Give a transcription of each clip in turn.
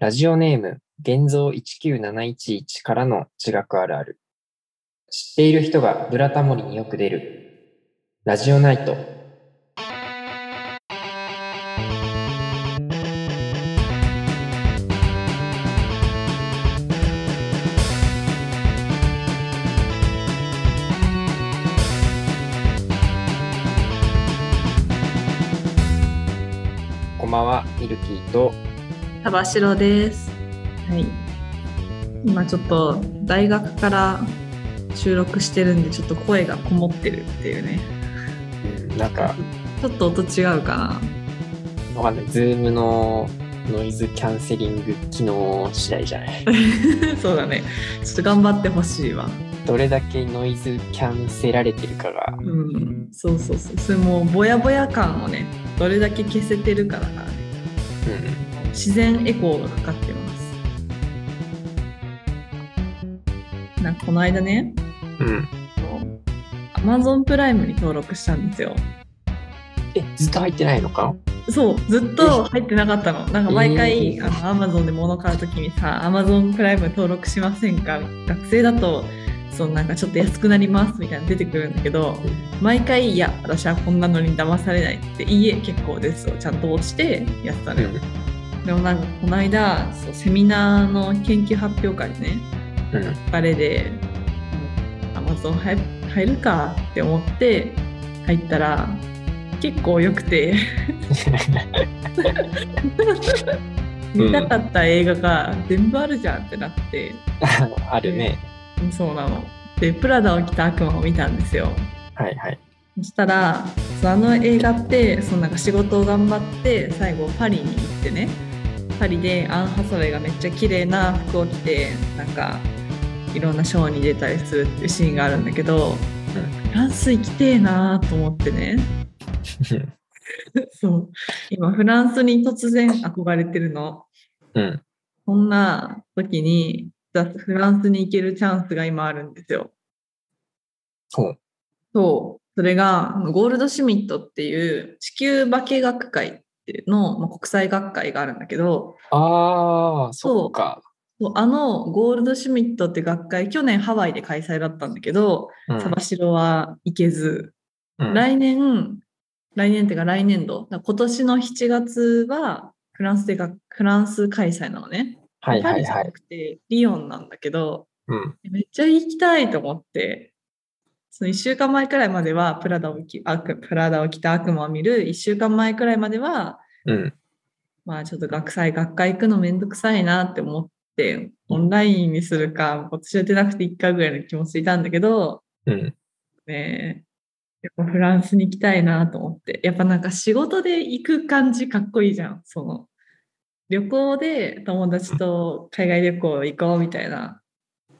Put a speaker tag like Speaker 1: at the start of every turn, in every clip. Speaker 1: ラジオネーム、現像19711からの地学あるある。知っている人がブラタモリによく出る。ラジオナイト。こんばんは、ミルキーと。
Speaker 2: 幅城です。はい。今ちょっと大学から収録してるんでちょっと声がこもってるっていうね。
Speaker 1: うんなんか、
Speaker 2: ちょっと音違うかな。
Speaker 1: わかんない。ズームのノイズキャンセリング機能次第じゃ ない。
Speaker 2: そうだね。ちょっと頑張ってほしいわ。
Speaker 1: どれだけノイズキャンセられてるかが。
Speaker 2: うん。そうそうそう。それもうぼやぼや感をね、どれだけ消せてるかだからね。
Speaker 1: うん。
Speaker 2: 自然エコーがかかってます。なんかこの間ね、
Speaker 1: うん。
Speaker 2: Amazon プライムに登録したんですよ。
Speaker 1: え、ずっと入ってないのか
Speaker 2: そう、ずっと入ってなかったの。なんか毎回、
Speaker 1: え
Speaker 2: あの、アマゾンで物買うときにさ、アマゾンプライム登録しませんか学生だと、そう、なんかちょっと安くなりますみたいなの出てくるんだけど、毎回、いや、私はこんなのに騙されないって、いいえ、結構ですをちゃんと押してやってたのよ。でもなんか、この間、そう、セミナーの研究発表会でね、
Speaker 1: うん。うん。
Speaker 2: 疲れで、アマゾン入入るかって思って入ったら、結構良くて、 見たかった映画が全部あるじゃんってなって、
Speaker 1: あるね。
Speaker 2: そうなの。で、プラダを着た悪魔を見たんですよ。
Speaker 1: はいはい。
Speaker 2: そしたら、そうあの映画って、そのなんか仕事を頑張って、最後パリに行ってね、パリでアン・ハサウェイがめっちゃ綺麗な服を着て、なんか、いろんなショーに出たりするっていうシーンがあるんだけど、フランス行きてえなーと思ってね。 そう。今、フランスに突然憧れてるの。
Speaker 1: うん。
Speaker 2: そんな時に、じゃあフランスに行けるチャンスが今あるんですよ。
Speaker 1: そう。
Speaker 2: そう。それが、あのゴールドシュミットっていう地球化学会っていうの、まあ、国際学会があるんだけど、
Speaker 1: ああ、そっか。
Speaker 2: そうあのゴールドシュミットって学会、去年ハワイで開催だったんだけど、
Speaker 1: うん
Speaker 2: サバシロは行けず、
Speaker 1: うん
Speaker 2: 来年、来年っていうか来年度、だから今年の7月はフランスでが、フランス開催なのね。
Speaker 1: はい
Speaker 2: パ
Speaker 1: は
Speaker 2: リ
Speaker 1: い
Speaker 2: じゃ
Speaker 1: は。
Speaker 2: ないくて、リヨンなんだけど、
Speaker 1: うん。
Speaker 2: めっちゃ行きたいと思って、その1週間前くらいまではプラダを着あくプラダを着た悪魔を見る、1週間前くらいまでは、
Speaker 1: うん。
Speaker 2: まあちょっと学祭、学会行くのめんどくさいなって思って、オンラインにするか、今年は出なくて1回ぐらいの気持ちでいたんだけど、
Speaker 1: うん。
Speaker 2: ねえ、やっぱフランスに行きたいなと思って、やっぱなんか仕事で行く感じかっこいいじゃん、その。旅行で友達と海外旅行行こうみたいな、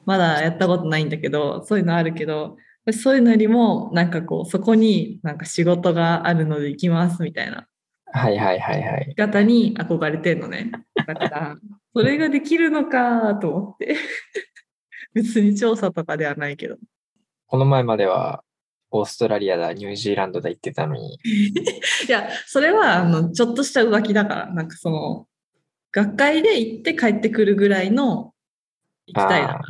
Speaker 2: まだやったことないんだけど、そういうのあるけど、そういうのよりも、なんかこう、そこになんか仕事があるので行きますみたいな
Speaker 1: はいはいはいはい。
Speaker 2: 生き方に憧れてんのね。だから、 それができるのかと思って。 別に調査とかではないけど。
Speaker 1: この前までは、オーストラリアだ、ニュージーランドだ言ってたのに。
Speaker 2: いや、それはあのちょっとした浮気だから、なんかその、学会で行って帰ってくるぐらいの行きたい
Speaker 1: あ
Speaker 2: な。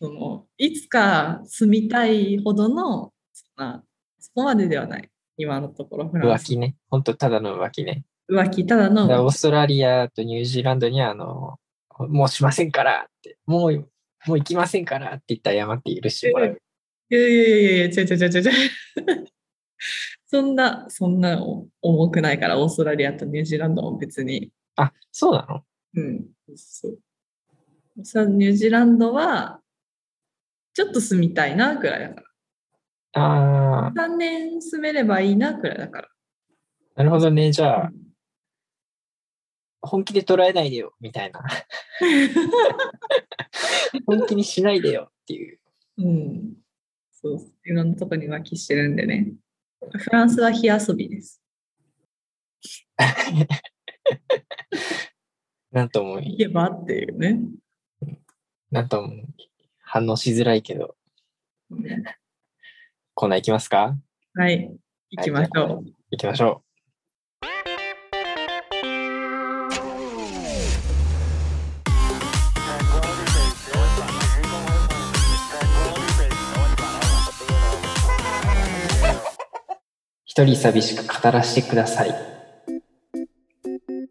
Speaker 2: そのいつか住みたいほどの、そんなそこまでではない。今のところ、フラン
Speaker 1: 浮
Speaker 2: ス。
Speaker 1: 気ね。ほんとただの浮気ね。
Speaker 2: 浮気、ただの
Speaker 1: だから
Speaker 2: 浮
Speaker 1: オー
Speaker 2: 気。
Speaker 1: ストラリアとニュージーランドには、あの、もうしませんからって、もう、もう行きませんからって言ったら山って許してもらう。
Speaker 2: いやいやいやいや、ちゃちゃちゃちゃちゃ。 そんな、そんな重くないから、オーストラリアとニュージーランドも別に
Speaker 1: あ、そうなの
Speaker 2: うん、そう。さニュージーランドは、ちょっと住みたいな、くらいだか
Speaker 1: ああ、
Speaker 2: ら。3年住めればいいな、くらいだから。
Speaker 1: なるほどね。じゃあ
Speaker 2: う、ん
Speaker 1: 本気で捉えないでよ、みた いな。本気にしないでよっていう。
Speaker 2: うん。そう、いろんなとこに浮気してるんでね。フランスは火遊びです。
Speaker 1: なんとも、
Speaker 2: 行けばっていうね。
Speaker 1: なんとも、反応しづらいけど、
Speaker 2: うん
Speaker 1: コーナー行きますか
Speaker 2: はい、行きましょう。
Speaker 1: 行きましょ一人寂しく語らせてください。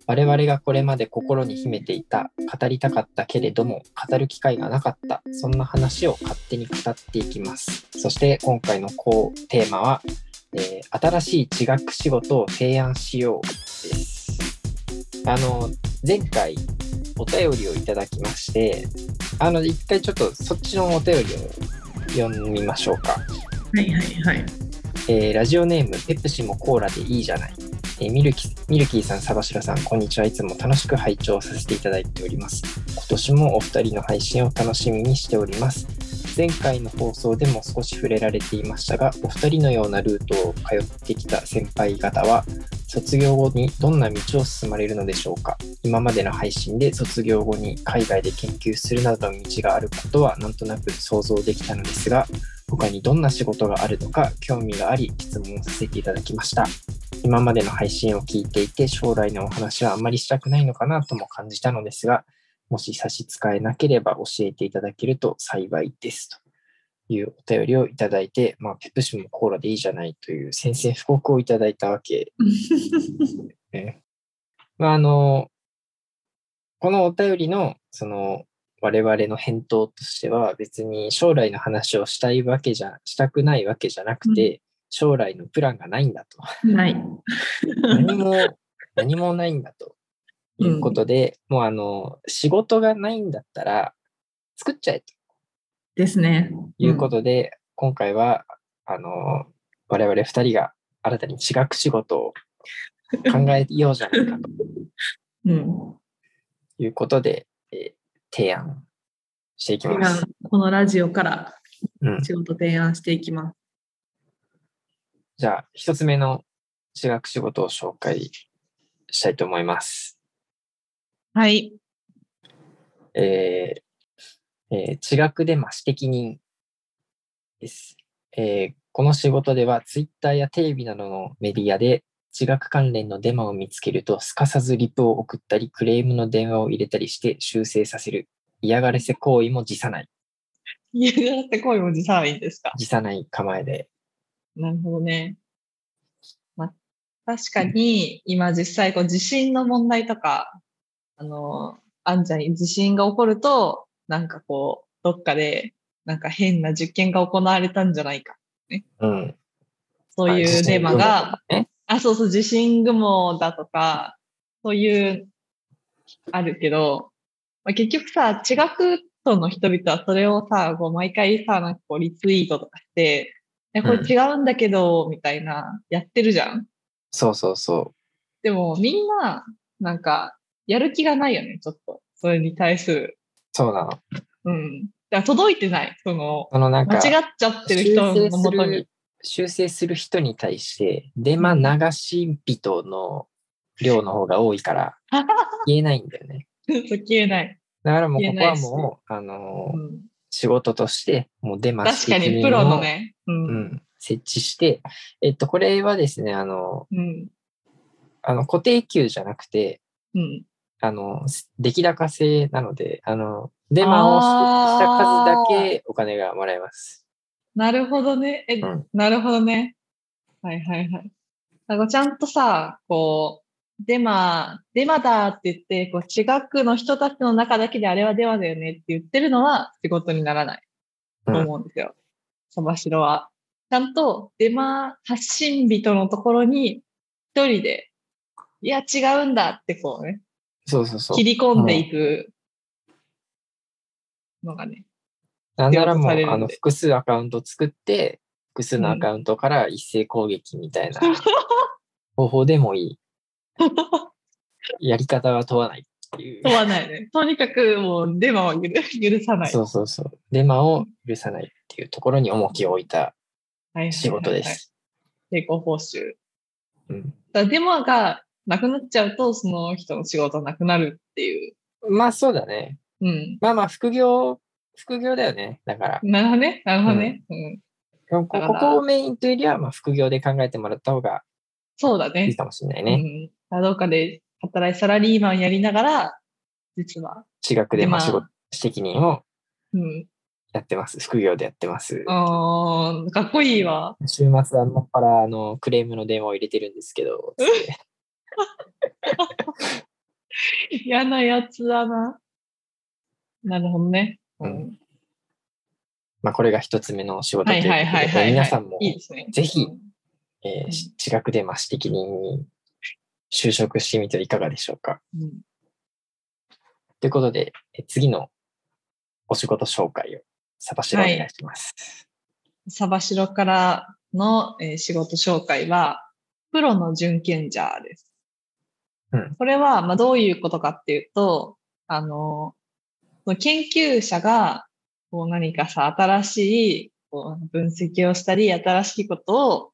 Speaker 1: 我々がこれまで心に秘めていた、語りたかったけれども、語る機会がなかった、そんな話を勝手に語っていきます。そして今回のこうテーマは、えー新しい地学仕事を提案しようです。あの、前回お便りをいただきまして、あの、一回ちょっとそっちのお便りを読みましょうか。
Speaker 2: はいはい はい。
Speaker 1: えーラジオネーム、ペプシもコーラでいいじゃない。えーミルキミルキーさん、サバシロさん、こんにちは。いつも楽しく拝聴させていただいております。今年もお二人の配信を楽しみにしております。前回の放送でも少し触れられていましたが、お二人のようなルートを通ってきた先輩方は、卒業後にどんな道を進まれるのでしょうか今までの配信で卒業後に海外で研究するなどの道があることはなんとなく想像できたのですが、他にどんな仕事があるのか興味があり質問させていただきました今までの配信を聞いていて将来のお話はあまりしたくないのかなとも感じたのですがもし差し支えなければ教えていただけると幸いですというお便りをいただいて、まあ、ペプシもコーラでいいじゃないという宣戦布告をいただいたわけね。まあ、あの、このお便りの、その、我々の返答としては、別に将来の話をしたいわけじゃ、したくないわけじゃなくて、将来のプランがないんだと。
Speaker 2: ない。
Speaker 1: 何も、何もないんだと。いうことで、もうあの、仕事がないんだったら、作っちゃえと
Speaker 2: ですね。
Speaker 1: いうことで、今回は、あの、我々二人が新たに違う仕事を考えようじゃないかと。
Speaker 2: うん。うん
Speaker 1: ということで、えー提案していき
Speaker 2: 提
Speaker 1: ます
Speaker 2: 案。このラジオから
Speaker 1: うん、
Speaker 2: 仕事提案していきます。
Speaker 1: じゃあ、一つ目の私学仕事を紹介したいと思います。
Speaker 2: はい。
Speaker 1: えーえー、地学でまあ私的人です、えーこの仕事では、ツイッターやテレビなどのメディアで、地学関連のデマを見つけると、すかさずリプを送ったり、クレームの電話を入れたりして修正させる。嫌がらせ行為も辞さない。
Speaker 2: 嫌がってこいおじさんいいですか
Speaker 1: 辞さない構えで。
Speaker 2: なるほどね。まあ、確かに、今実際、こう、地震の問題とか、あの、あんじゃん、地震が起こると、なんかこう、どっかで、なんか変な実験が行われたんじゃないか。
Speaker 1: うん。
Speaker 2: そう
Speaker 1: あ
Speaker 2: い
Speaker 1: 地
Speaker 2: う
Speaker 1: 震
Speaker 2: デマ
Speaker 1: 雲
Speaker 2: が、
Speaker 1: ね
Speaker 2: あ、そうそう、地震雲だとか、そういう、あるけど、まあ、結局さ、地学徒の人々はそれをさ、こう毎回さ、なんかこうリツイートとかして、いやこれ違うんだけど、みたいな、やってるじゃん。
Speaker 1: そうそうそう。
Speaker 2: でもみんな、なんか、やる気がないよね、ちょっと。それに対する。
Speaker 1: そうなの。
Speaker 2: うん。だから届いてない。その、
Speaker 1: そのなんか、
Speaker 2: 間違っちゃってる人のもとに。
Speaker 1: 修正する人に対して、デマ流し人の量の方が多いから、言えないんだよね。
Speaker 2: そう消えない。
Speaker 1: だからもう
Speaker 2: 言
Speaker 1: こ
Speaker 2: え
Speaker 1: こ
Speaker 2: な
Speaker 1: はい
Speaker 2: し
Speaker 1: もう、あの
Speaker 2: う
Speaker 1: ー
Speaker 2: ん
Speaker 1: 仕事として、もうデマ
Speaker 2: 確か
Speaker 1: 指摘
Speaker 2: に、
Speaker 1: 人
Speaker 2: プ
Speaker 1: を
Speaker 2: ロの。ね。う。
Speaker 1: うんん、設置して、えっと、これはですね、あの、
Speaker 2: うん。
Speaker 1: あの固定給じゃなくて、
Speaker 2: うん。
Speaker 1: あの、出来高制なので、あの、デマをした数だけお金がもらえます。
Speaker 2: なるほどね。え、
Speaker 1: うん
Speaker 2: なるほどね。はいはいはい。なんかちゃんとさ、こう、デマ、デマだって言って、こう、地学の人たちの中だけであれはデマだよねって言ってるのは仕事にならない
Speaker 1: うん
Speaker 2: と思うんですよ。サバシロは。ちゃんとデマ発信人のところに一人で、いや違うんだってこうね、
Speaker 1: そうそうそう
Speaker 2: 切。り込んでいくのがね、
Speaker 1: なんならもう、
Speaker 2: 手渡されるんで
Speaker 1: あの、複数アカウント作って、複数のアカウントから一斉攻撃みた いな方法でもいい。やり方は問わないっていう。
Speaker 2: 問わないね。とにかくもうデマは許 許さない。
Speaker 1: そうそうそう。デマを許さないっていうところに重きを置いた
Speaker 2: はいはいはいはい
Speaker 1: 仕事で。す。
Speaker 2: 成功報酬。
Speaker 1: うん
Speaker 2: だからデマがなくなっちゃうと、その人の仕事なくなるっていう。
Speaker 1: まあそうだね。
Speaker 2: うん。
Speaker 1: まあまあ、副業、副業だよね。だから、
Speaker 2: なるほどね。なるほどね。うん。
Speaker 1: こ
Speaker 2: から
Speaker 1: ここをメインというよりは、まあ副業で考えてもらった方が
Speaker 2: そうだ
Speaker 1: い
Speaker 2: ね
Speaker 1: い。かもしれない
Speaker 2: うん
Speaker 1: ね。。
Speaker 2: だからどっかで働いサラリーマンやりながら、実は、
Speaker 1: 私学で、まあ
Speaker 2: まあ
Speaker 1: 仕事、責任を
Speaker 2: うん。
Speaker 1: やってます。副業でやってます。
Speaker 2: あーかっこいいわ。
Speaker 1: 週末、あのっぱらあのクレームの電話を入れてるんですけど、つって
Speaker 2: 嫌なやつだな。なるほどね。うん
Speaker 1: まあ、これが一つ目の仕事と
Speaker 2: はいいう
Speaker 1: ことで、
Speaker 2: はいはいはいはい。
Speaker 1: 皆さんも、
Speaker 2: いいですね。
Speaker 1: ぜひ
Speaker 2: うん
Speaker 1: え
Speaker 2: う
Speaker 1: ー
Speaker 2: ん
Speaker 1: し近くでまあ私的に就職してみてはいかがでしょうか。
Speaker 2: うん
Speaker 1: ということで、え次のお仕事紹介を、サバシロお願いします。
Speaker 2: サバシロからの、えー仕事紹介は、プロの準賢者です。
Speaker 1: うん
Speaker 2: これは、まあ、どういうことかっていうと、あの、その研究者が、こう何かさ、新しいこう分析をしたり、新しいことを、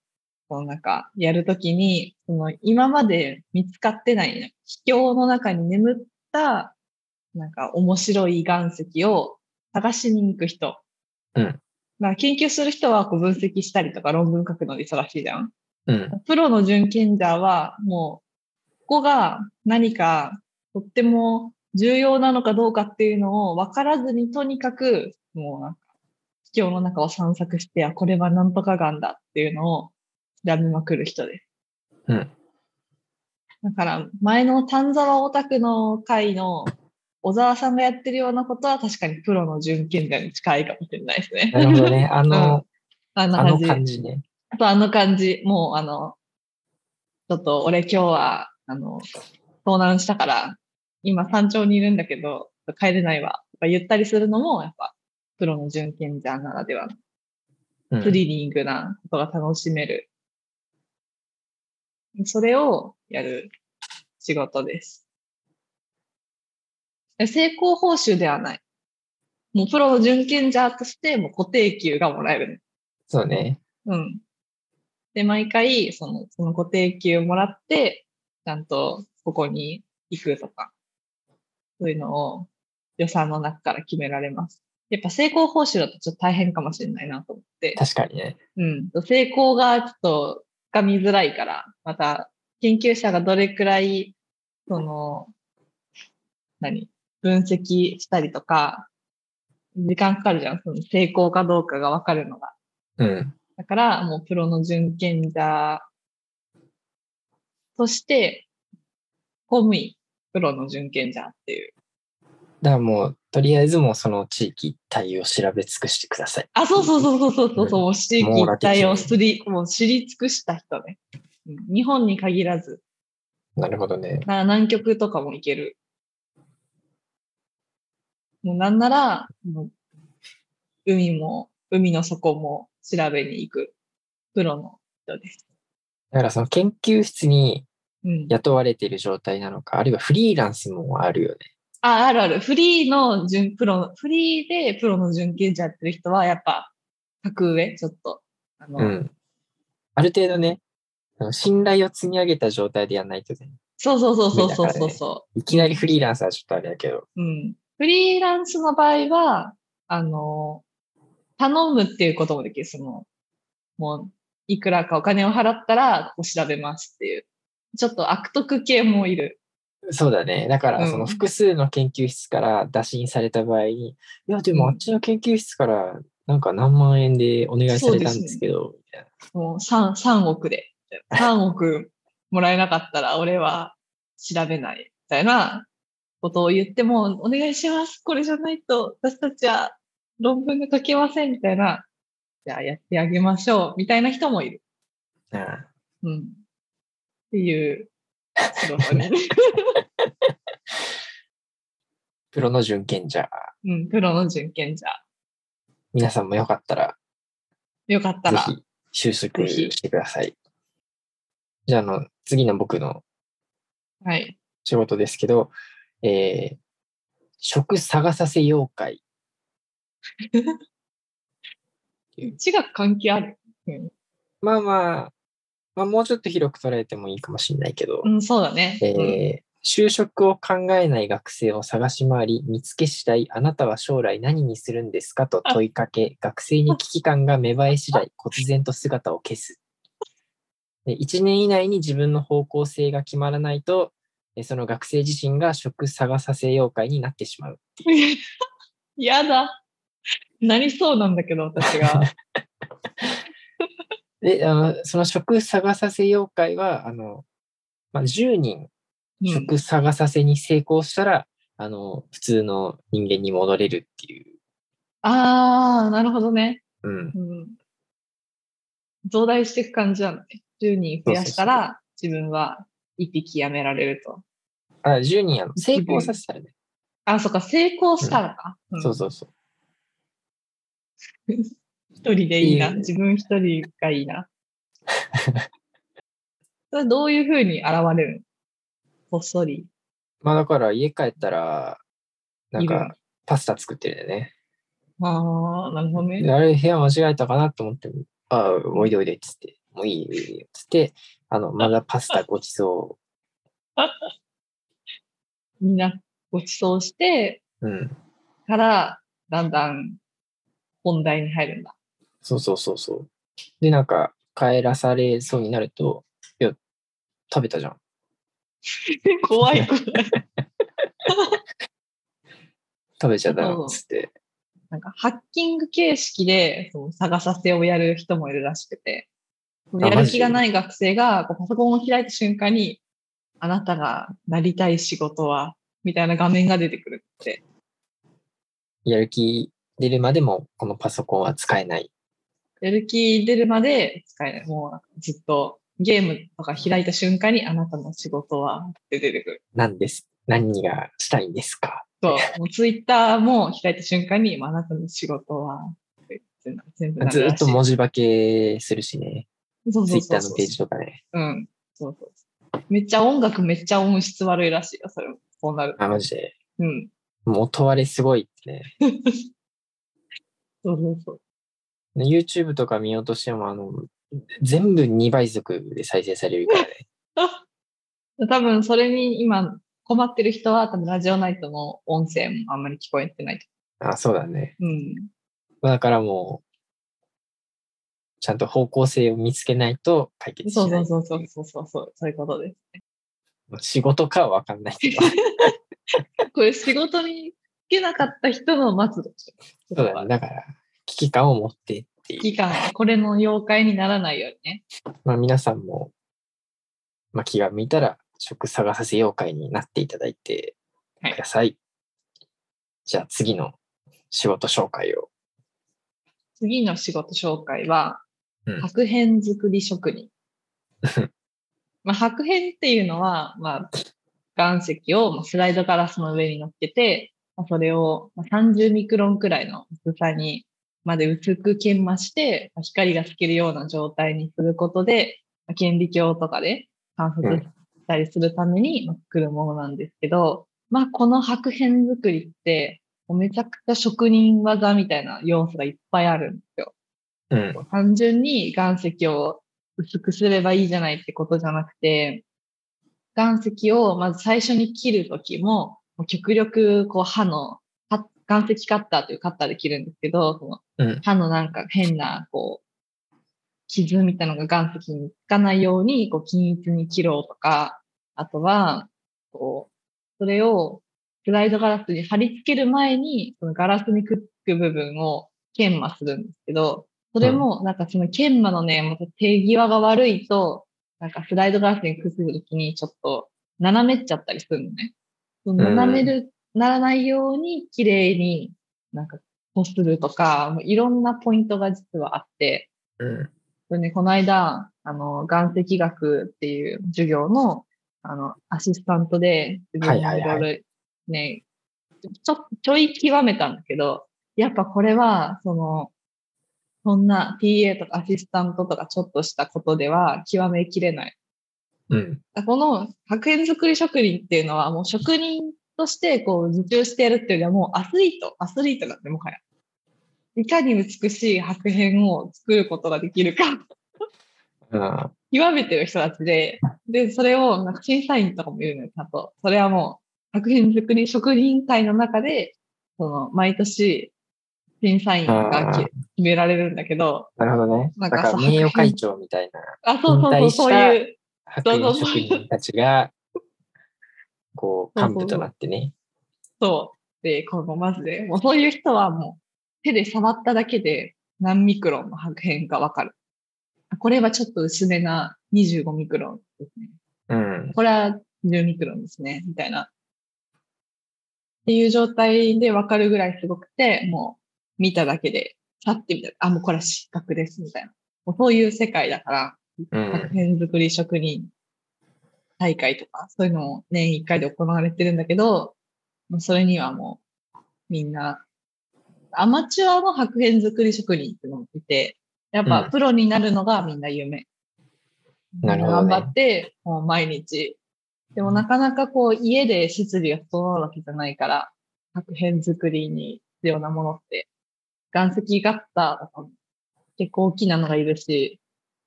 Speaker 2: こうなんか、やるときに、その、今まで見つかってない、秘境の中に眠った、なんか、面白い岩石を探しに行く人。まあ、研究する人はこう分析したりとか論文書くので忙しいじゃん。
Speaker 1: うん、
Speaker 2: プロの準賢者はもう、ここが何かとっても重要なのかどうかっていうのを分からずにとにかくもうなんか、秘境の中を散策して、あ、これはなんとかがんだっていうのを調べまくる人です。
Speaker 1: うん、
Speaker 2: だから、前の丹沢オタクの会の小沢さんがやってるようなことは確かにプロの準賢者に近いかもしれないですね。
Speaker 1: なるほどね。あの、
Speaker 2: あんな
Speaker 1: あ
Speaker 2: 感
Speaker 1: の
Speaker 2: じ。
Speaker 1: 感じね。
Speaker 2: あとあの感じ、もうあの、ちょっと俺今日は、あの、遭難したから、今山頂にいるんだけど、帰れないわ。とか言ったりするのも、やっぱ、プロの準賢者ならでは、
Speaker 1: うん
Speaker 2: スリリングなことが楽しめる。それをやる仕事です。え成功報酬ではない。もうプロの準賢者として、もう固定給がもらえる。
Speaker 1: そうね。
Speaker 2: うん。で、毎回、その、その固定給もらって、ちゃんとここに行くとか、そういうのを予算の中から決められます。やっぱ成功報酬だとちょっと大変かもしれないなと思って、
Speaker 1: 確かにね。
Speaker 2: うん。成功がちょっと掴みづらいから、また、研究者がどれくらい、その、何分析したりとか、時間かかるじゃん。その成功かどうかがわかるのが。
Speaker 1: うん。
Speaker 2: だから、もうプロの準賢者として、公務員、プロの準賢者っていう。
Speaker 1: だからもう、とりあえずもうその地域一帯を調べ尽くしてください。
Speaker 2: あ、そうそうそうそうそうそうそう、地域一体をすり、もう知り尽くした人ね。うん日本に限らず、
Speaker 1: なるほどね。
Speaker 2: な南極とかも行ける。もうなんなら、もう海も、海の底も調べに行く、プロの人です。
Speaker 1: だからその研究室に
Speaker 2: うん。
Speaker 1: 雇われている状態なのか、あるいはフリーランスもあるよね。
Speaker 2: あ、あるある。フリーの準、プロ、フリーでプロの準賢者やってる人は、やっぱ、格上、ちょっと。あの
Speaker 1: うん。ある程度ね、あの信頼を積み上げた状態でやらないとね、
Speaker 2: そうそうそうそうそう
Speaker 1: 無
Speaker 2: そ
Speaker 1: 理だ
Speaker 2: うそ
Speaker 1: いきなりフリーランスはちょっとあれだけど、
Speaker 2: う、うん。フリーランスの場合は、あの、頼むっていうこともできる。その、もう、いくらかお金を払ったら、ここ調べますっていう。ちょっと悪徳系もいる。
Speaker 1: そうだね。だか
Speaker 2: う
Speaker 1: ら、
Speaker 2: ん
Speaker 1: その複数の研究室から打診された場合に、いや、でもあっちの研究室からなんか何万円でお願いされたんですけど、みたいな
Speaker 2: もう3、三億で。3億もらえなかったら俺は調べない。みたいなことを言っても、お願いします。これじゃないと私たちは論文が書けません。みたいな。じゃあやってあげましょう。みたいな人もいる。
Speaker 1: うん
Speaker 2: うん。っていう仕事に。
Speaker 1: プロの準賢者。
Speaker 2: うん。プロの準賢者。
Speaker 1: 皆さんもよかったら、
Speaker 2: よかった
Speaker 1: ぜ
Speaker 2: ら。
Speaker 1: ひ就職
Speaker 2: ぜひ
Speaker 1: してください。じゃあ、あの、次の僕の
Speaker 2: はい。
Speaker 1: 仕事ですけど、えー、職探させ妖怪。
Speaker 2: 地学関係ある。
Speaker 1: まあまあ、まあ、もうちょっと広く捉えてもいいかもしれないけど、
Speaker 2: うん、そうだね。うん
Speaker 1: えー就職を考えない学生を探し回り、見つけ次第、あなたは将来何にするんですかと問いかけ、学生に危機感が芽生え次第、忽然と姿を消す。で1年以内に自分の方向性が決まらないと、えその学生自身が職探させ妖怪になってしまう。
Speaker 2: やだ。なりそうなんだけど、私が。
Speaker 1: で、あの、その職探させ妖怪は、あの、まあ、10人
Speaker 2: うん
Speaker 1: 職探させに成功したら、あの、普通の人間に戻れるっていう。
Speaker 2: あー、なるほどね。
Speaker 1: うん。
Speaker 2: うん、増大していく感じなのね。10人増やしたら、自分は1匹やめられると。
Speaker 1: あ、10人あの成功させたらね。
Speaker 2: あ、そっか、成功したらか。うん
Speaker 1: そうそうそう。
Speaker 2: 一人でいい
Speaker 1: い
Speaker 2: な。
Speaker 1: いね
Speaker 2: 自分一人がいい な。それどういうふうに現れるのこっそり。
Speaker 1: まあだから家帰ったら、なん
Speaker 2: いる
Speaker 1: かパスタ作ってるんだよね。
Speaker 2: ああ、なるほどね。
Speaker 1: であれ部屋間違えたかなと思って、ああ、おいでおいでっつって、もういいよいいよっつって、あの、まだパスタごちそ
Speaker 2: みんなご馳走して
Speaker 1: う。うん。
Speaker 2: から、だんだん本題に入るんだ。
Speaker 1: そうそうそうそう。で、なんか帰らされそうになると、いや、食べたじゃん。
Speaker 2: 怖い怖い。
Speaker 1: 食べちゃった
Speaker 2: そう
Speaker 1: よっつって。
Speaker 2: なんか、ハッキング形式で、その探させをやる人もいるらしくて、やる気がない学生が、こうパソコンを開いた瞬間に、あなたがなりたい仕事は、みたいな画面が出てくるって。
Speaker 1: やる気出るまでもこのパソコンは使えない。
Speaker 2: やる気出るまで使えない。もう、ずっと、ゲームとか開いた瞬間に、あなたの仕事は、って出てくる。
Speaker 1: なんです。何がしたいんですか
Speaker 2: そう。もう、ツイッターも開いた瞬間に、まああなたの仕事は、って全部なるらしい
Speaker 1: ずっと文字化けするしね。
Speaker 2: そう
Speaker 1: ツ
Speaker 2: そ
Speaker 1: イ
Speaker 2: う
Speaker 1: ッタ
Speaker 2: そ
Speaker 1: ーの
Speaker 2: うそう
Speaker 1: ページとかね。
Speaker 2: うん。そうそうそう。めっちゃ音楽めっちゃ音質悪いらしいよ、それも。そうなる。
Speaker 1: あ、マジで。
Speaker 2: うん。
Speaker 1: もう音割れすごいってね。
Speaker 2: そうそうそう。
Speaker 1: YouTube とか見ようとしても、あの、全部2倍速で再生されるからね。
Speaker 2: 多分それに今困ってる人は、多分ラジオナイトの音声もあんまり聞こえてないと。
Speaker 1: あ、そうだね。
Speaker 2: うん。
Speaker 1: だからもう、ちゃんと方向性を見つけないと解決し
Speaker 2: そう
Speaker 1: ない
Speaker 2: そ。
Speaker 1: う
Speaker 2: そうそうそうそうそう。そういうことで
Speaker 1: 仕事かは分かんない けど。
Speaker 2: す。 これ仕事につけなかった人の末路。
Speaker 1: そうだね。だから、危機感を持ってっていう。
Speaker 2: 期間、これの妖怪にならないようにね。
Speaker 1: まあ、皆さんも、まあ、気が向いたら、食探させ妖怪になっていただいてください。じゃあ、次の仕事紹介を。
Speaker 2: 次の仕事紹介は
Speaker 1: う、ん
Speaker 2: 白片作り 職人。まあ、白片っていうのは、まあ、岩石をまあスライドガラスの上に乗っけて、まあ、それをまあ30ミクロンくらいの薄さにまで薄く研磨して、まあ光が透けるような状態にすることで、まあ顕微鏡とかで観察したりするためにまあ作るものなんですけど、まあ、この白片作りって、もうめちゃくちゃ職人技みたいな要素がいっぱいあるんですよ。
Speaker 1: うん。
Speaker 2: 単純に岩石を薄くすればいいじゃないってことじゃなくて、岩石をまず最初に切るときも、もう極力こう刃の、は岩石カッターというカッターで切るんですけど、その
Speaker 1: うん。
Speaker 2: 歯のなんか変な、こう、傷みたいなのが岩石につかないように、こう、均一に切ろうとか、あとは、こう、それをスライドガラスに貼り付ける前に、そのガラスにくっつく部分を研磨するんですけど、それも、なんかその研磨のね、また手際が悪いと、なんかスライドガラスにくっつくときにちょっと斜めっちゃったりするのね。その斜める、ならないように綺麗になんかこうするとか、もういろんなポイントが実はあって、
Speaker 1: うん。
Speaker 2: それね、この間、あの、岩石学っていう授業の、あの、アシスタントで、自分
Speaker 1: は
Speaker 2: の
Speaker 1: い
Speaker 2: い
Speaker 1: は
Speaker 2: ろ
Speaker 1: い
Speaker 2: いろね、ちょ、ちょい極めたんだけど、やっぱこれは、その、そんな PA とかアシスタントとかちょっとしたことでは極めきれない。
Speaker 1: うん。
Speaker 2: この白煙作り職人っていうのはもう職人としてこう受注してやるっていうよりはもうアスリート、アスリートなんでもはや。いかに美しい白煙を作ることができるか、
Speaker 1: あ
Speaker 2: 極めてる人たちで、で、それをなんか審査員とかもいるのよ、ちゃんと。それはもう白煙作り職人会の中で、その毎年審査員が
Speaker 1: あ
Speaker 2: き
Speaker 1: ー
Speaker 2: 決められるんだけど、
Speaker 1: なるほどね。
Speaker 2: な
Speaker 1: だ
Speaker 2: んか
Speaker 1: か
Speaker 2: そ
Speaker 1: ら
Speaker 2: う
Speaker 1: 名誉会長みたいな
Speaker 2: あ、そうそうそう、そういう。
Speaker 1: 白
Speaker 2: そう
Speaker 1: 衣
Speaker 2: そう
Speaker 1: 職人たち が、こう、
Speaker 2: そうそう
Speaker 1: 幹部となってね。
Speaker 2: そう。で、このマジで、もうそういう人はも手で触っただけで何ミクロンの変化わかる。あこれはちょっと薄めな25ミクロンですね。
Speaker 1: うん。
Speaker 2: これは10ミクロンですね、みたいな。っていう状態でわかるぐらいすごくて、もう見ただけで、さってみたら、あ、もうこれは失格です、みたいな。もうそういう世界だから、
Speaker 1: うん
Speaker 2: 作。品作り職人大会とか、そういうのも年1回で行われてるんだけど、もうそれにはもうみんな、アマチュアの白片作り職人っていうのもいて、やっ
Speaker 1: う
Speaker 2: ぱ
Speaker 1: ん
Speaker 2: プロになるのがみんな夢。
Speaker 1: なるほどね
Speaker 2: 頑張って、もう毎日。でもなかなかこう家で設備が整うわけじゃないから、白片作りに必要なものって、岩石ガッターとかも結構大きなのがいるし、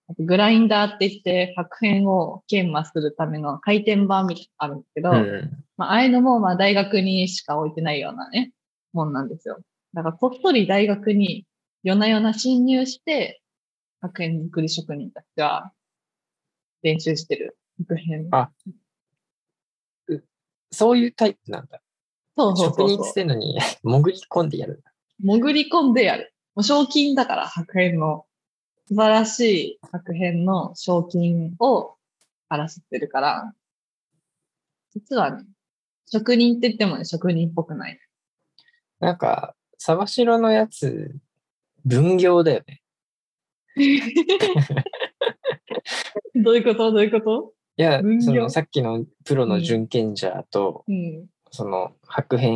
Speaker 2: あとグラインダーって言って、白片を研磨するための回転板みたいなのがあるんですけど、
Speaker 1: うん。
Speaker 2: まあ、ああいうのも、まあ、大学にしか置いてないようなね、もんなんですよ。だから、こっそり大学に夜な夜な侵入して、白片作り職人たちが練習してる。白片。
Speaker 1: あそういうタイプなんだ。
Speaker 2: そうそう
Speaker 1: 職
Speaker 2: そう
Speaker 1: 人
Speaker 2: そう
Speaker 1: っつってんのに 潜り込んでやるんだ。
Speaker 2: 潜り込んでやる。もう賞金だから、白片の。素晴らしい白片の賞金を争ってるから、実はね、職人って言ってもね、職人っぽく ない。
Speaker 1: なんか、沢城のやつ、分業だよね。
Speaker 2: どういうことどういうこと
Speaker 1: いや
Speaker 2: 分、業
Speaker 1: そのさっきのプロの準賢者と、
Speaker 2: うん。
Speaker 1: その白片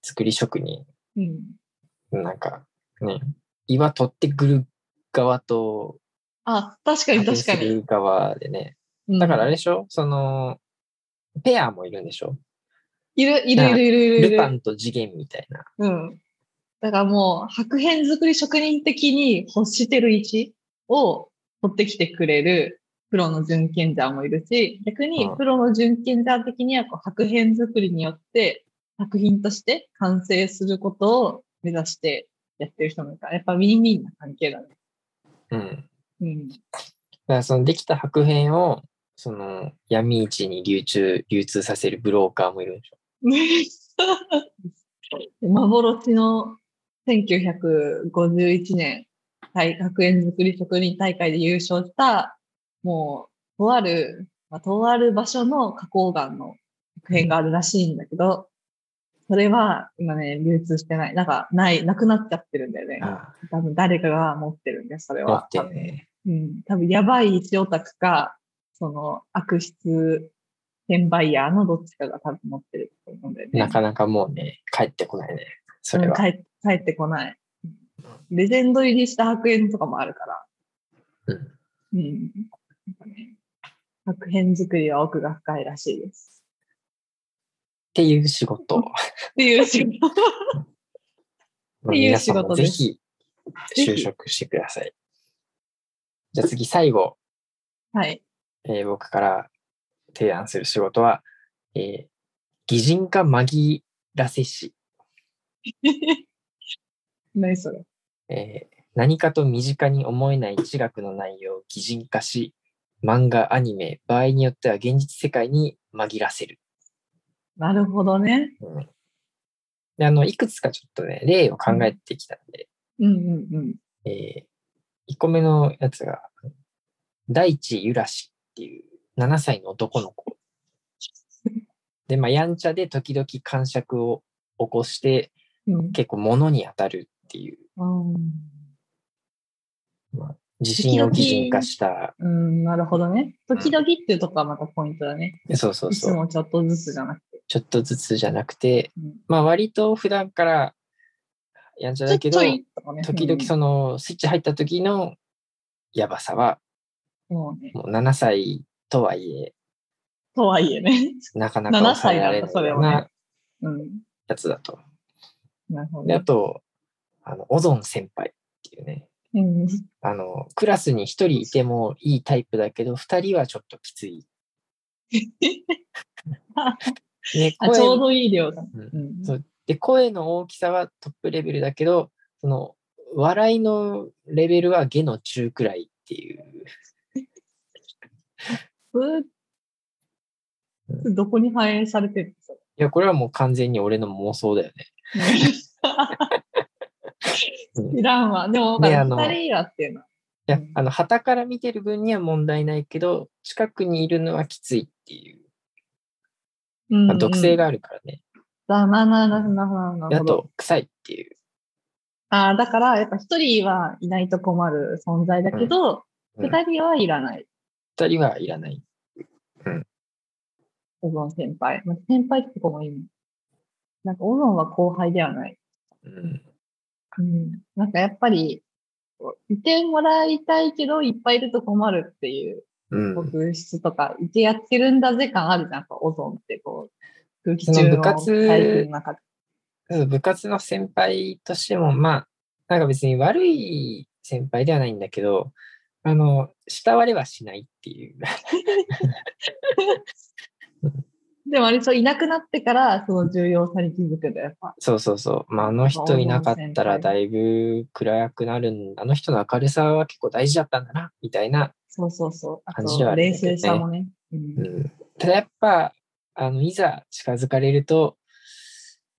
Speaker 1: 作り職人、
Speaker 2: うん。
Speaker 1: なんかね、岩取ってくる側と、
Speaker 2: あ、確かに確か
Speaker 1: 派遣す
Speaker 2: に。
Speaker 1: る側でね。
Speaker 2: うん
Speaker 1: だからあれでしょその、ペアもいるんでしょ
Speaker 2: いる、いる、いる、いる、いる。
Speaker 1: ルパンと次元みたいな。
Speaker 2: うん。だからもう、白片作り職人的に欲してる石を取ってきてくれるプロの準賢者もいるし、逆に
Speaker 1: うん
Speaker 2: プロの準賢者的にはこう白片作りによって作品として完成することを目指してやってる人もいるから、やっぱウィンウィンな関係だね。
Speaker 1: うん。だ
Speaker 2: うん。
Speaker 1: からそのできた白片を、その闇市に流通、流通させるブローカーもいるんでしょ
Speaker 2: 幻の1951年、大学園作り職人大会で優勝した、もう、とある、まあ、とある場所の花崗岩の作品があるらしいんだけど、それは今ね、流通してない。なんか、ない、なくなっちゃってるんだよね。
Speaker 1: あ
Speaker 2: 多分誰かが持ってるんだよ、それ
Speaker 1: あ、
Speaker 2: は。
Speaker 1: 持ってるね。
Speaker 2: うん、多分やばい一オタクか、その悪質転売ヤーのどっちかが多分持ってると思うんだよね。
Speaker 1: なかなかもうね、帰ってこないね。それは。
Speaker 2: うん帰っ帰ってこない。レジェンド入りした白煙とかもあるから。うん。なんかね白煙作りは奥が深いらしいです。
Speaker 1: っていう仕事。
Speaker 2: っていう仕事。 ていう
Speaker 1: 皆
Speaker 2: 仕
Speaker 1: さんも
Speaker 2: 事
Speaker 1: ぜ
Speaker 2: です
Speaker 1: ひ
Speaker 2: ぜひ
Speaker 1: 就職してください。じゃあ次、最後、
Speaker 2: はい。
Speaker 1: えー僕から提案する仕事は、えー擬人化紛らせ師、
Speaker 2: 何それ。
Speaker 1: えー何かと身近に思えない地学の内容を擬人化し、漫画、アニメ、場合によっては現実世界に紛らせる。
Speaker 2: なるほどね。
Speaker 1: うんであの、いくつかちょっとね、例を考えてきたので、
Speaker 2: うんうんうん。
Speaker 1: え1個目のやつが、大地ゆらしっていう7歳の男の 子。で、まあ、やんちゃで時々感触を起こして、
Speaker 2: うん
Speaker 1: 結構物に当たるっていう、
Speaker 2: うん
Speaker 1: 自信を擬人化した、
Speaker 2: うん、なるほどね。時々っていうとこはまたポイントだね。
Speaker 1: そうそう
Speaker 2: いつ
Speaker 1: そう、
Speaker 2: もちょっとずつじゃなくて。
Speaker 1: ちょっとずつじゃなくて、
Speaker 2: うん
Speaker 1: まあ、割と普段からやんちゃ
Speaker 2: ちょ
Speaker 1: だ
Speaker 2: ち
Speaker 1: け
Speaker 2: ょ
Speaker 1: ど、
Speaker 2: いとかね。
Speaker 1: 時々そのスイッチ入った時のやばさは、
Speaker 2: うんもうね。
Speaker 1: もう7歳とはいえ、
Speaker 2: とはいえね。
Speaker 1: なかなか
Speaker 2: 7
Speaker 1: 抑
Speaker 2: 歳
Speaker 1: えら
Speaker 2: だ
Speaker 1: れ
Speaker 2: っ
Speaker 1: な
Speaker 2: た、
Speaker 1: い
Speaker 2: それ
Speaker 1: よう
Speaker 2: は
Speaker 1: な
Speaker 2: ね。うん。
Speaker 1: やつだと。
Speaker 2: なるほど
Speaker 1: で、あ
Speaker 2: ね。
Speaker 1: と、あの、オゾン先輩っていうね、
Speaker 2: うん。
Speaker 1: あの、クラスに一人いてもいいタイプだけど、二人はちょっときつ い。で
Speaker 2: あ、
Speaker 1: 声
Speaker 2: ちょうどいい量だ。
Speaker 1: うん
Speaker 2: うん
Speaker 1: そうで声の大きさはトップレベルだけど、その、笑いのレベルは下の中くらいっていう。
Speaker 2: それどこに反映されてるんですか
Speaker 1: いや、これはもう完全に俺の妄想だよね。うん
Speaker 2: いらんわ。でも、
Speaker 1: ね
Speaker 2: まあ
Speaker 1: あの
Speaker 2: 二人はっていうのは。
Speaker 1: いや、あの、旗から見てる分には問題ないけど、近くにいるのはきついっていう、
Speaker 2: うん
Speaker 1: まあ、毒性。があるからね。
Speaker 2: だなななななな
Speaker 1: であ
Speaker 2: るほど。
Speaker 1: と、臭いっていう。
Speaker 2: ああ、だから、やっぱ一人はいないと困る存在だけど、
Speaker 1: うん
Speaker 2: 二、人はいらない。
Speaker 1: 二人はいらない。
Speaker 2: オゾン先輩。まあ先輩ってとこもいいね。なんか、オゾンは後輩ではない。
Speaker 1: うん。
Speaker 2: うん。なんか、やっぱり、こういてもらいたいけど、いっぱいいると困るっていう、
Speaker 1: うん
Speaker 2: こう空室とか、いてやってるんだぜ感あるじゃん。やっぱオゾンって、こう、空気
Speaker 1: その
Speaker 2: 中
Speaker 1: 部
Speaker 2: の
Speaker 1: 活
Speaker 2: 体育の中で。
Speaker 1: そう部活の先輩としても、まあ、なんか別に悪い先輩ではないんだけど、あの、慕われはしないっていう。
Speaker 2: でも、あれ、そう、いなくなってから、その重要さに気づくんだよ、やっぱ。
Speaker 1: そうそうそう。まあ、あの人いなかったらだいぶ暗くなるん、あの人の明るさは結構大事だったんだな、みたいな。
Speaker 2: そうそうそう。あ
Speaker 1: 感じではあ
Speaker 2: と、
Speaker 1: るん
Speaker 2: 冷
Speaker 1: だけどね
Speaker 2: 静さもね。うん
Speaker 1: うん、ただやっぱ、あの、いざ近づかれると、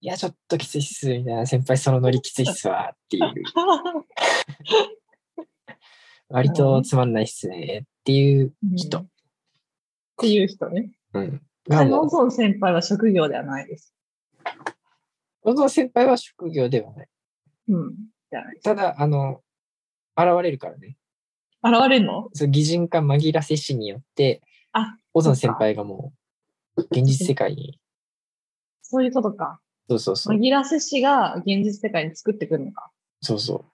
Speaker 1: いや、ちょっときついっす、みたいな、先輩そのノリきついっすわ、って いう、割とつまんないっすね、っていう人。
Speaker 2: うんっていう人ね。
Speaker 1: うん。
Speaker 2: で
Speaker 1: が
Speaker 2: も、
Speaker 1: も
Speaker 2: オ
Speaker 1: う、
Speaker 2: ゾン先輩は職業ではないです。
Speaker 1: 小野先輩は職業ではない。
Speaker 2: うん。じゃない。
Speaker 1: ただ、あの、現れるからね。
Speaker 2: 現れるの
Speaker 1: そう擬人化紛らせしによって、
Speaker 2: あ
Speaker 1: オゾン先輩がもう、現実世界に、
Speaker 2: そういうことか。
Speaker 1: そうそうそう、
Speaker 2: 紛らせ師が現実世界に作ってくるのか。
Speaker 1: そうそ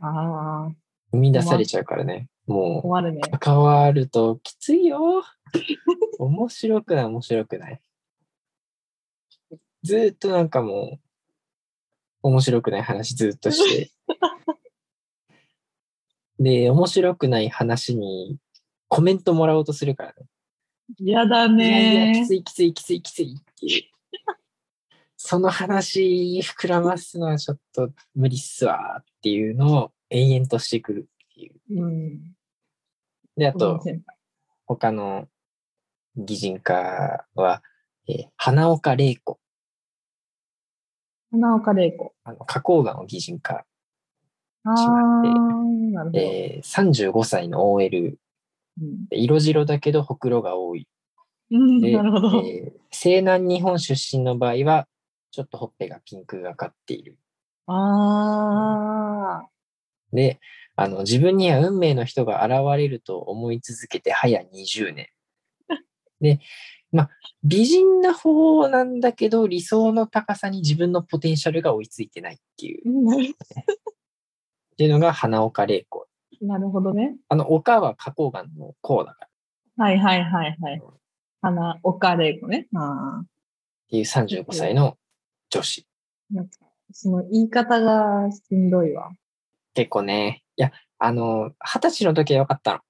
Speaker 1: う、
Speaker 2: ああ、
Speaker 1: 生み出されちゃうからね。も
Speaker 2: 困るね。
Speaker 1: う、関わるときついよ。面白くない、面白くない。ずーっとなんかもう、面白くない話ずーっとして。で、面白くない話にコメントもらおうとするからね。
Speaker 2: 嫌だ
Speaker 1: いやいや、き
Speaker 2: ね
Speaker 1: つ。いきついきついきついっていう。その話膨らますのはちょっと無理っすわっていうのを延々としてくるっていう。
Speaker 2: うん。
Speaker 1: で、あ
Speaker 2: オゾン
Speaker 1: と、
Speaker 2: 先輩
Speaker 1: 他の擬人化は、えー花岡玲子。
Speaker 2: 花岡玲子。
Speaker 1: あの、花崗岩を擬人化。
Speaker 2: ああ、なるほど。
Speaker 1: えー35歳の OL。
Speaker 2: うん
Speaker 1: 色白だけどほくろが多い。
Speaker 2: うん、
Speaker 1: で
Speaker 2: なるほ
Speaker 1: え
Speaker 2: ど。
Speaker 1: ー西南日本出身の場合は、ちょっとほっぺがピンクがかっている。
Speaker 2: ああ、
Speaker 1: で、あの、自分には運命の人が現れると思い続けて早20年。で、まあ、美人な方なんだけど、理想の高さに自分のポテンシャルが追いついてないっていう、っ
Speaker 2: うんなる
Speaker 1: ていうのが花岡玲子。
Speaker 2: なるほどね。
Speaker 1: あの、岡は花崗岩の甲だからっ
Speaker 2: はいはいはいはい。花岡玲子ね。ああ。
Speaker 1: ていう35歳の女子。
Speaker 2: なんかその言い方がしんどい わ。
Speaker 1: 結構ね、いや、あの、二十歳の時は良かった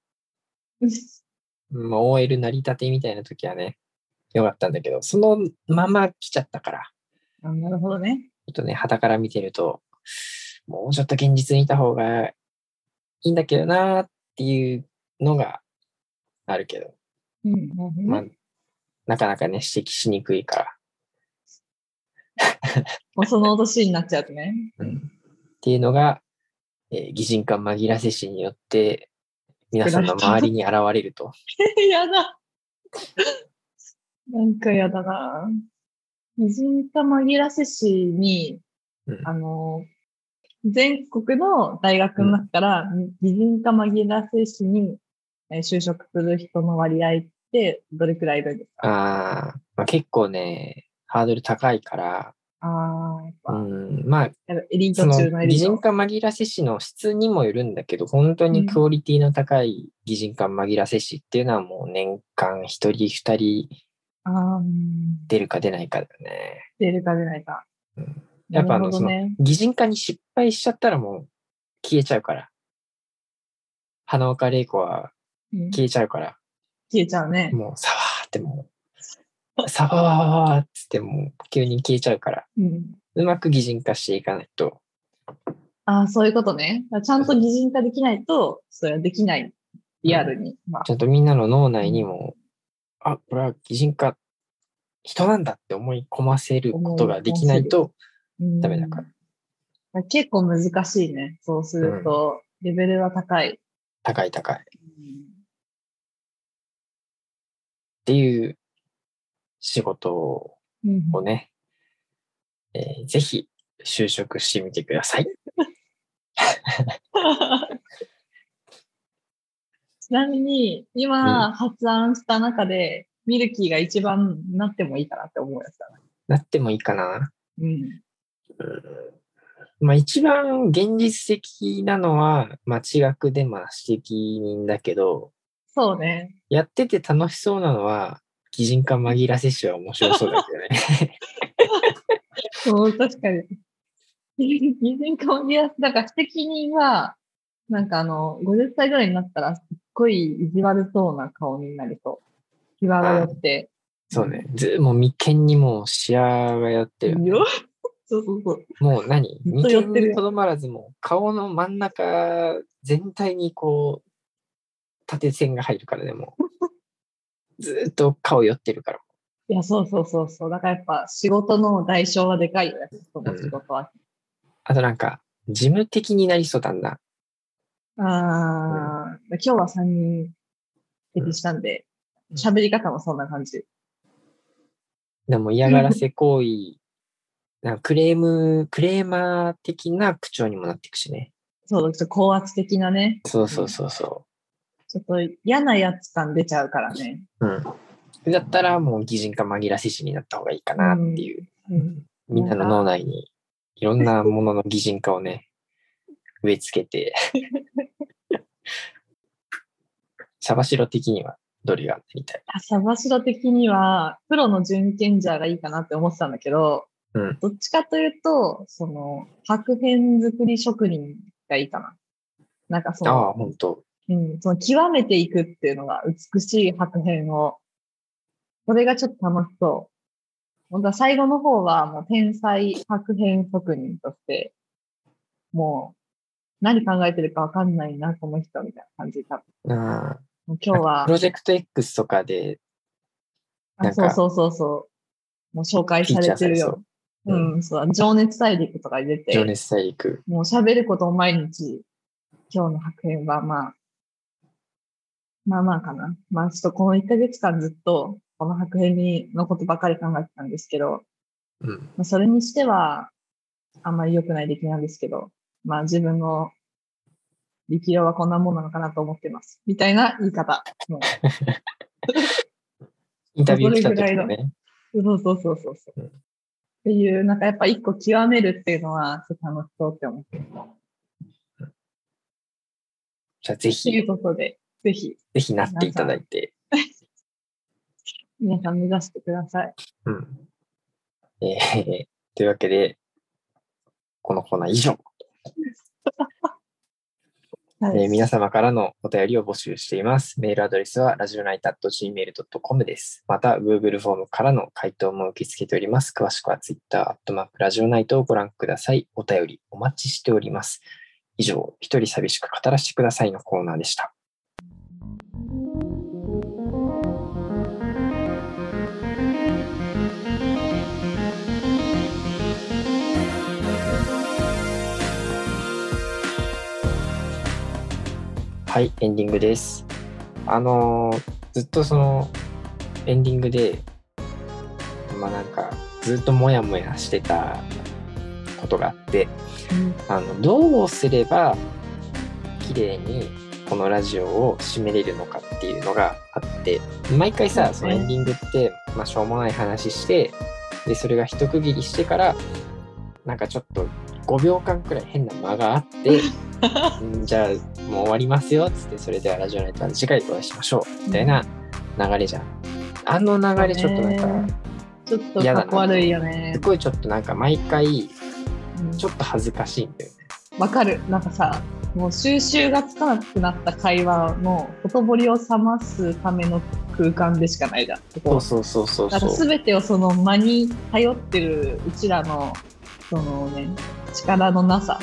Speaker 1: の。もう OL 成り立てみたいな時はね、良かったんだけど、そのまま来ちゃったから。
Speaker 2: あなるほどね。
Speaker 1: ちょっとね、旗から見てると、もうちょっと現実にいた方がいいんだけどなーっていうのがあるけど、
Speaker 2: うん、なるほどね
Speaker 1: まあ、なかなかね、指摘しにくいから、
Speaker 2: もうその年になっちゃうとね。
Speaker 1: っていうのが、えー擬人化紛らせしによって、皆さんの周りに現れる と。
Speaker 2: やだ。 なんかやだな。擬人化紛らせ師に、
Speaker 1: うん
Speaker 2: あの、全国の大学の中から、擬人化紛らせ師にえー就職する人の割合ってどれくらいいるんですか
Speaker 1: あーまあ、結構ね、ハードル高いから、
Speaker 2: ああ、やっ
Speaker 1: う
Speaker 2: ぱ
Speaker 1: ん、まあ、
Speaker 2: やっぱエリート
Speaker 1: そ
Speaker 2: 中の
Speaker 1: の
Speaker 2: エ
Speaker 1: 擬
Speaker 2: リー
Speaker 1: 人
Speaker 2: ト。
Speaker 1: 化紛らせ師の質にもよるんだけど、本当にクオリティの高い擬人化紛らせ師っていうのはもう年間1人2人
Speaker 2: ああ、うん
Speaker 1: 出るか出ないかだよね。
Speaker 2: 出るか出ないか。
Speaker 1: うんやっぱあの
Speaker 2: なるほどね。
Speaker 1: 擬人化に失敗しちゃったらもう消えちゃうから。花岡玲子は
Speaker 2: うん消
Speaker 1: 消えちゃうから、
Speaker 2: えちゃうね。
Speaker 1: もうサワーってもう、サワーっつってもう急に消えちゃうから、
Speaker 2: うん。
Speaker 1: うまく擬人化していかないと。
Speaker 2: ああ、そういうことね。ちゃんと擬人化できないと、それはできない。リアルに。まあ
Speaker 1: ち、ゃんとみんなの脳内にも、あ、これは擬人化、人なんだって思い込ませることができないと
Speaker 2: うん
Speaker 1: ダメだから。。
Speaker 2: 結構難しいね。そうすると、レベルは高い。
Speaker 1: 高い高い。っていう仕事
Speaker 2: うん
Speaker 1: をね、えーぜひ就職してみてください。
Speaker 2: ちなみに、今発案した中で、ミルキーが一番なってもいいかなって思うやつだな。
Speaker 1: なってもいいかな。
Speaker 2: うん。
Speaker 1: まあ一番現実的なのは、まあ地学でまあ指摘人だけど、
Speaker 2: そうね。
Speaker 1: やってて楽しそうなのは、擬人化紛らせ師は面白そうだけど ね。
Speaker 2: そう、確かに。 人間かもいや、だから、責任は、なんかあの、50歳ぐらいになったら、すっごい意地悪そうな顔になりそう。際が寄って。
Speaker 1: そうね。ずもう眉間にもう視野がやってる。
Speaker 2: よそうそうそう。
Speaker 1: もう何
Speaker 2: ずっと寄
Speaker 1: 眉
Speaker 2: って
Speaker 1: 間
Speaker 2: る
Speaker 1: にとどまらずもう顔の真ん中全体にこう、縦線が入るからね、も う。ずーっと顔寄ってるから。
Speaker 2: いや、そうそうそうそう。だからやっぱ仕事の代償はでかいよね。その仕事は。
Speaker 1: あとなんか、事務的になりそうだな。
Speaker 2: ああ、今日は3人適したんで、
Speaker 1: うん
Speaker 2: 喋り方もそんな感じ。
Speaker 1: でも嫌がらせ行為、なんかクレーム、クレーマー的な口調にもなっていくしね。
Speaker 2: そう、ちょっと高圧的なね。
Speaker 1: そうそうそうそ
Speaker 2: ちょっと嫌なやつ感出ちゃうからね。
Speaker 1: う。うん。だったらもう擬人化紛らせ師になった方がいいかなっていう。
Speaker 2: うん。
Speaker 1: みんなの脳内にいろんなものの擬人化をね、 植え付けて。 サバシロ的にはどれがみたい。
Speaker 2: あサバシロ的には、プロの準賢者がいいかなって思ってたんだけど、
Speaker 1: うん
Speaker 2: どっちかというと、その、白編作り職人がいいかな。なんかその、
Speaker 1: ああ、ほんと。
Speaker 2: うん、その極めていくっていうのが美しい白編を。それがちょっと楽しそう。本当は最後の方はもう天才白編職人として、もう何考えてるかわかんないな、この人みたいな感じだ。
Speaker 1: あ
Speaker 2: もう
Speaker 1: あ
Speaker 2: 今日 は
Speaker 1: プ、ロジェクト X とかで、
Speaker 2: あ
Speaker 1: なん
Speaker 2: そう
Speaker 1: か
Speaker 2: そうそうそう。もう紹介されてるよ。
Speaker 1: フィーチャーされそう
Speaker 2: うん、そうだ。情熱大陸とか入れて。
Speaker 1: 情熱大陸。
Speaker 2: もう喋ることを毎日、今日の白編はまあ、まあまあかな。まあちょっとこの1ヶ月間ずっと、この白編にのことばかり考えてたんですけど、
Speaker 1: うん。
Speaker 2: まあ、それにしては、あんまり良くない出来なんですけど、まあ自分の力量はこんなもんなのかなと思ってます。みたいな言い方。も
Speaker 1: インタビュー来た時もね。
Speaker 2: うそうそうそうそうそう。
Speaker 1: うん
Speaker 2: っていう、なんかやっぱ一個極めるっていうのは、ちょっと楽しそうって思って。
Speaker 1: じゃあぜ
Speaker 2: と
Speaker 1: ひ
Speaker 2: い、うことで、ぜひ、
Speaker 1: ぜひなっていただいて。
Speaker 2: 皆さん目指してください。
Speaker 1: うん。えーというわけで、このコーナー以上、
Speaker 2: はい
Speaker 1: えー皆様からのお便りを募集しています。メールアドレスは、ラジオナイト .gmail.com です。また、Google フォームからの回答も受け付けております。詳しくは Twitter、アットマークラジオナイトをご覧ください。お便りお待ちしております。以上、一人寂しく語らせてくださいのコーナーでした。はい、エンディングです。あのーずっとそのエンディングで、まあなんかずっとモヤモヤしてたことがあって、あのどうすれば綺麗にこのラジオを締めれるのかっていうのがあって、毎回さ、そ
Speaker 2: そう
Speaker 1: の
Speaker 2: ね
Speaker 1: エンディングって、まあしょうもない話して、で、それが一区切りしてから、なんかちょっと5秒間くらい変な間があ って、うんじゃあもう終わりますよっつってそれではラジオネットは次回でお会いしましょうみたいな流れじゃんあの流れちょっとなんか、
Speaker 2: ちょっとかっこ悪いよね
Speaker 1: す。ごいちょっとなんか毎回
Speaker 2: うん
Speaker 1: ちょっと恥ずかしいんだよね
Speaker 2: わかる。なんかさ、もう収集がつかなくなった会話のほとぼりを冷ますための空間でしかないじゃん。
Speaker 1: そうそうそうそう
Speaker 2: だから
Speaker 1: そう
Speaker 2: 全てをその間に頼ってるうちらの、そのね、力のなさ。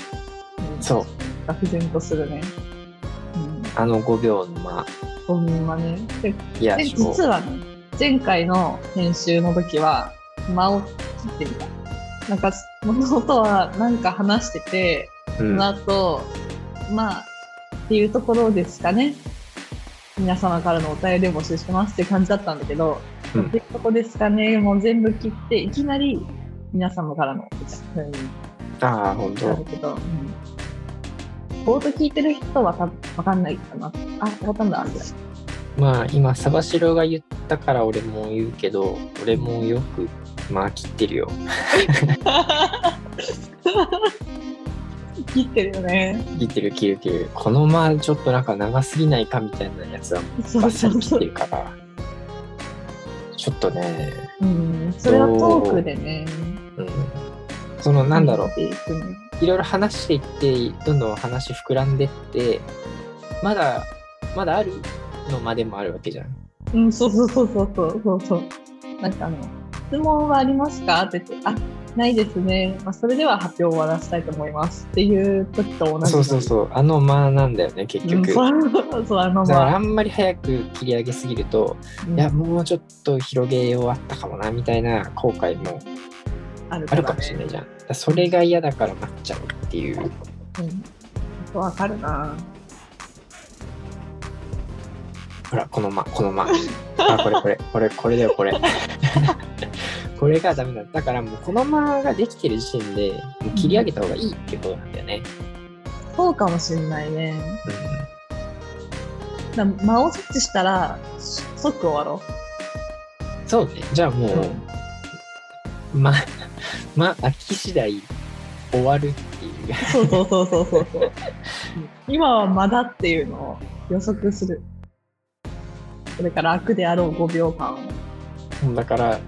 Speaker 2: うん
Speaker 1: そう
Speaker 2: 愕然とするね。うん。
Speaker 1: あの5秒の間
Speaker 2: ほんまね。で
Speaker 1: いや
Speaker 2: で
Speaker 1: しょ
Speaker 2: 実はね前回の編集の時は間を切ってみたなんか物音はなんか話してて、
Speaker 1: う
Speaker 2: そ
Speaker 1: ん
Speaker 2: の後、まあ、っていうところですかね。皆様からのお便りを募集してますって感じだったんだけど、
Speaker 1: うん
Speaker 2: っていうとこですかね。もう全部切って、いきなり皆様からのお便り
Speaker 1: ああ、本
Speaker 2: なん
Speaker 1: 当
Speaker 2: だけど、うん、冒頭聞いてる人はたわかんないかな。あ、わかんだ、みたいな。
Speaker 1: まあ今、サバシロが言ったから俺も言うけど、俺もよく、まあ切ってるよ。
Speaker 2: 切ってるよね。
Speaker 1: 切ってる切る切る。このまあちょっとなんか長すぎないかみたいなやつは
Speaker 2: そ
Speaker 1: バ
Speaker 2: う
Speaker 1: ッサ
Speaker 2: そ
Speaker 1: リ
Speaker 2: う
Speaker 1: 切っ
Speaker 2: そう
Speaker 1: て。るから。ちょっとね、
Speaker 2: うん、それはトークでね。
Speaker 1: うん、そのなんだろう、
Speaker 2: 切っていくね
Speaker 1: いろいろ話していってどんどん話膨らんでってまだまだあるのまでもあるわけじゃん。
Speaker 2: うん、そうそうそうそうそうそうそう。なんかあの、質問はありますかって言って、あ、ないですね。まあ、それでは発表を終わらせたいと思います。っていう時と同じ。
Speaker 1: そうそう
Speaker 2: う。
Speaker 1: そうあの間なんだよね結
Speaker 2: うん、
Speaker 1: 局。
Speaker 2: そうそう、あの、
Speaker 1: だから
Speaker 2: ま
Speaker 1: あ
Speaker 2: あ、
Speaker 1: んまり早く切り上げすぎると、
Speaker 2: うん
Speaker 1: いやもうちょっと広げようあったかもなみたいな後悔も
Speaker 2: ある
Speaker 1: あ
Speaker 2: か
Speaker 1: る
Speaker 2: ら
Speaker 1: か
Speaker 2: ね
Speaker 1: もしれないじゃん。だからそれが嫌だから待っちゃうっていう。
Speaker 2: うん。わかるな
Speaker 1: ほらこの間この間。あこれこれこれこれだよこれ。 これがダメだだからもうこの間ができてる時点でもう切り上げた方がいいっていうことなんだよね。
Speaker 2: そうかもしれないね。
Speaker 1: うん
Speaker 2: だ間を設置したら、即終わろ
Speaker 1: そうね。じゃあも
Speaker 2: う。
Speaker 1: う、ま、 ま、飽き次第終わるっていう。
Speaker 2: そうそうそうそうそうそう。 今は間だっていうのを予測する。それから悪であろう5秒間を。
Speaker 1: だから、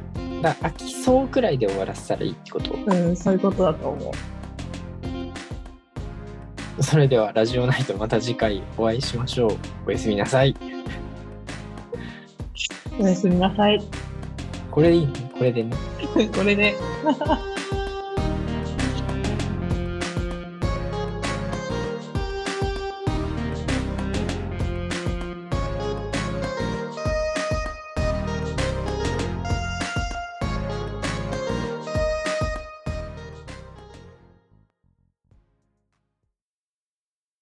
Speaker 1: だ飽きそうくらいで終わらせたらいいってこと。
Speaker 2: うん、そういうことだと思う。
Speaker 1: それでは、ラジオナイトまた次回お会いしましょう。おやすみなさい。
Speaker 2: おやすみなさい。
Speaker 1: これでいいのこれでね。
Speaker 2: これで。